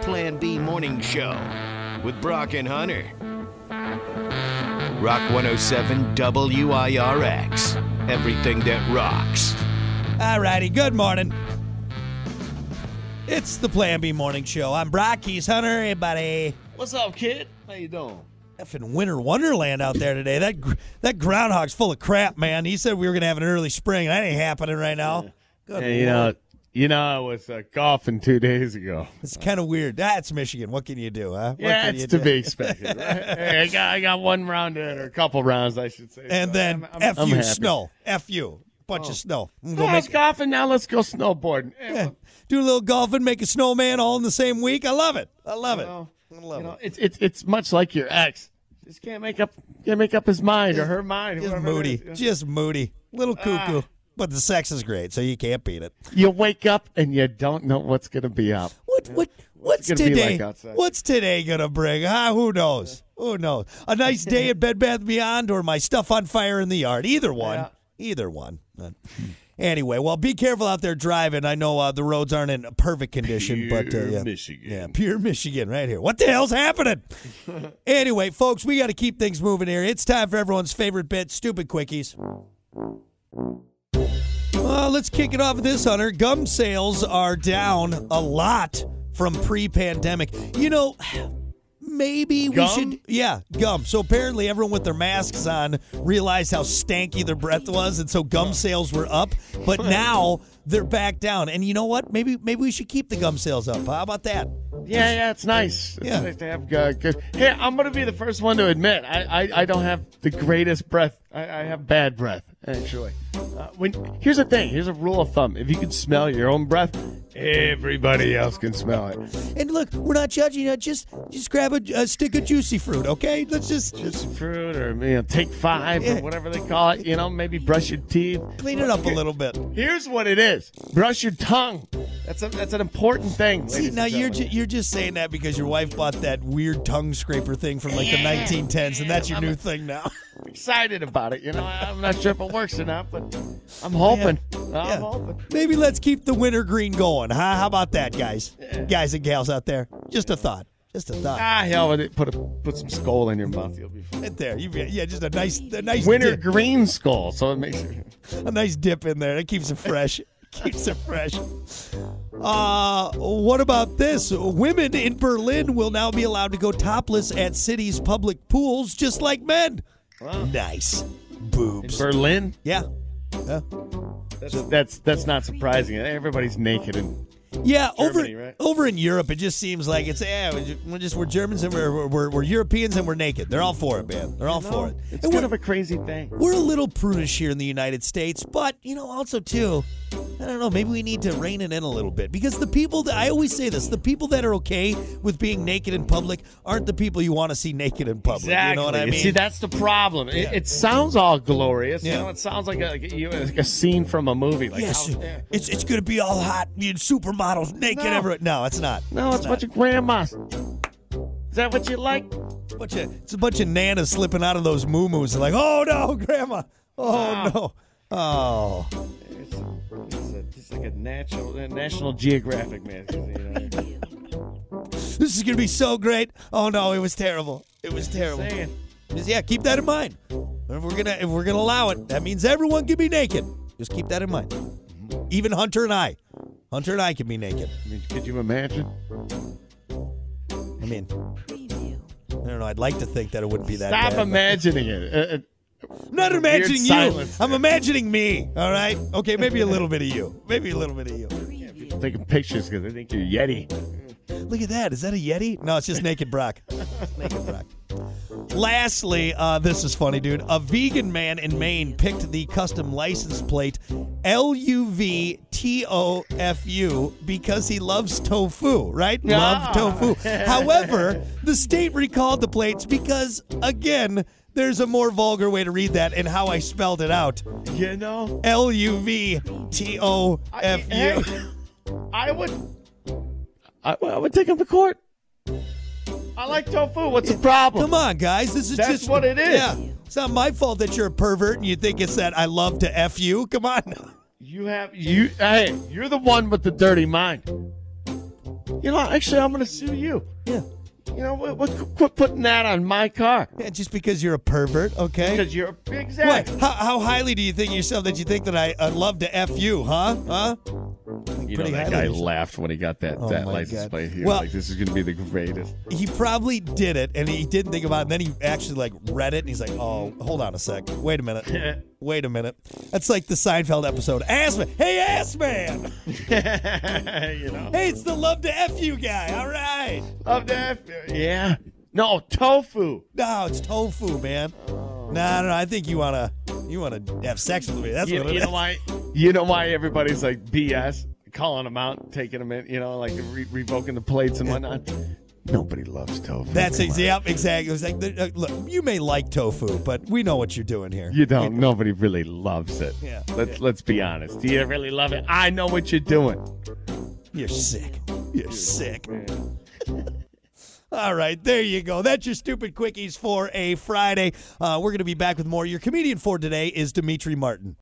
Plan B Morning Show with Brock and Hunter. Rock 107 WIRX. Everything that rocks. Alrighty, good morning. It's the Plan B Morning Show. I'm Brock, he's Hunter, everybody. What's up, kid? How you doing? Effing winter wonderland out there today. That gr- that groundhog's full of crap, man. He said we were gonna have an early spring. That ain't happening right now. Good you know, Lord. you know, I was uh, golfing two days ago. It's kind of weird. That's Michigan. What can you do, huh? What Yeah, can you it's to do? be expected. right? hey, I got, I got one round in, or a couple rounds, I should say. And So then I'm- I'm- F I'm you, happy. Oh. snow. F you. Bunch of snow. I'm Well, gonna I make was golfing. Now let's go snowboarding. Yeah. Do a little golfing, make a snowman all in the same week. I love it. I love it. know, I love You know, it. it's it's it's much like your ex. Just can't make up can't make up his mind or her mind. Just whoever it Ah. moody. is, you know? Just moody. Little cuckoo. But the sex is great, so you can't beat it. You wake up and you don't know what's going to be up. What what what's it gonna be today? like outside? what's today gonna bring? Huh? Who knows? Who knows? A nice day at Bed Bath Beyond or my stuff on fire in the yard. Either one. Yeah. Either one. But Anyway, well, be careful out there driving. I know uh, the roads aren't in perfect condition, but uh, Pure yeah. Michigan. yeah, pure Michigan right here. What the hell's happening? anyway, folks, we got to keep things moving here. It's time for everyone's favorite bit, stupid quickies. Uh, let's kick it off with this, Hunter. Gum sales are down a lot from pre-pandemic. You know, maybe we Gum? should, yeah, gum. So apparently, everyone with their masks on realized how stanky their breath was, and so gum sales were up. But now they're back down. And you know what? Maybe maybe we should keep the gum sales up. How about that? Yeah, yeah, it's nice. It's Yeah. nice to have uh, good. Hey, I'm gonna be the first one to admit I, I, I don't have the greatest breath. I, I have bad breath actually. Uh, when here's the thing, here's a rule of thumb: if you can smell your own breath, everybody else can smell it. And look, we're not judging. Uh, just just grab a, a stick of juicy fruit, okay? Let's just Just fruit or you know, take five Yeah. or whatever they call it. You know, maybe brush your teeth. clean it up a little bit. Here's what it is: brush your tongue. That's a, that's an important thing. See, ladies now and you're gentlemen. ju- you're just saying that because your wife bought that weird tongue scraper thing from like the 1910s, and that's your new thing now. excited about it. You know, I- I'm not sure if it works or not, but I'm hoping. I'm Yeah. hoping. Maybe let's keep the winter green going, huh? How about that, guys, guys and gals out there? Just a thought, just a thought. Ah, hell with it. Put a, put some skull in your mouth. You'll be fine. Right there, you yeah, just a nice, a nice Winter dip, green skull, so it makes it. a nice dip in there. That keeps it fresh, keeps it fresh. Uh, what about this? Women in Berlin will now be allowed to go topless at city's public pools, just like men. Nice boobs. Berlin. Yeah. Yeah. That's, that's that's not surprising. Everybody's naked and Yeah, Germany, over right? over in Europe, it just seems like it's yeah, we're just we're, just- we're Germans and we're, we're we're Europeans and we're naked. They're all for it, man. They're all for it. it's And kind we're, of a crazy thing. we're a little prudish here in the United States, but you know, also too, I don't know. Maybe we need to rein it in a little bit because the people that I always say this, the people that are okay with being naked in public aren't the people you want to see naked in public. You know what I mean? See, that's the problem. It, it sounds all glorious. Yeah. You know, it sounds like a, like, a, you- like a scene from a movie. Like, yes, how- yeah. it's it's gonna be all hot, being supermodels naked No. everywhere. No, it's not. No, it's a bunch of grandmas. Is that what you like? bunch of, it's a bunch of nanas slipping out of those moo-moos and like, oh no, grandma. Oh no. Oh. It's, it's, a, it's like a natural, a National Geographic man. This is gonna be so great. Oh no, it was terrible. It was terrible. Saying. Just, yeah, keep that in mind. If we're gonna if we're gonna allow it, that means everyone can be naked. Just keep that in mind. Even Hunter and I. Hunter and I can be naked. I mean, could you imagine? I mean I don't know, I'd like to think that it wouldn't be that Stop bad. but- imagining it. Uh, uh, I'm not Weird imagining you. silence I'm there. imagining me. All right. Okay, maybe a little bit of you. Maybe a little bit of you. taking pictures because I think you're Yeti. Look at that. Is that a Yeti? No, it's just Naked Brock. naked Brock. Lastly, uh, this is funny, dude. A vegan man in Maine picked the custom license plate LUVTOFU because he loves tofu, right? Ah. Love tofu. However, the state recalled the plates because, again, there's a more vulgar way to read that and how I spelled it out. You know, L U V T O F U. I would, I, I would take him to court. I like tofu. What's the problem? Come on, guys. This is That's just what it is. Yeah. It's not my fault that you're a pervert and you think it's that I love to F you. Come on. You have you. Hey, you're the one with the dirty mind. You know, actually, I'm going to sue you. Yeah. You know, what, what, quit putting that on my car yeah. Just because you're a pervert, okay? because you're What? exactly. How, how highly do you think of yourself that you think that I, I'd love to F you, huh? Huh? You know, pretty that highly guy of yourself. laughed when he got that, that my license God. plate. He Well- was like, this is going to be the greatest. He probably did it and he didn't think about it. And then he actually like read it and he's like, oh, hold on a sec. Wait a minute. Wait a minute. That's like the Seinfeld episode. Ass man. Hey, ass man. you know? Hey, it's the love to F you guy. All right. Love that. Yeah. No, tofu. No, it's tofu, man. No, no, no. I think you wanna you wanna have sex with me. That's You, what it is. you know why? You know why everybody's like BS, calling them out, taking them in, you know, like re- revoking the plates and whatnot. Nobody loves tofu. That's Come ex- on. yep, exactly. It's like, uh, look, you may like tofu, but we know what you're doing here. You don't. Nobody really loves it. Yeah. Let's let's be honest. Do you really love it? I know what you're doing. You're sick. You're sick. All right, there you go. That's your stupid quickies for a Friday. Uh, we're going to be back with more. Your comedian for today is Dimitri Martin.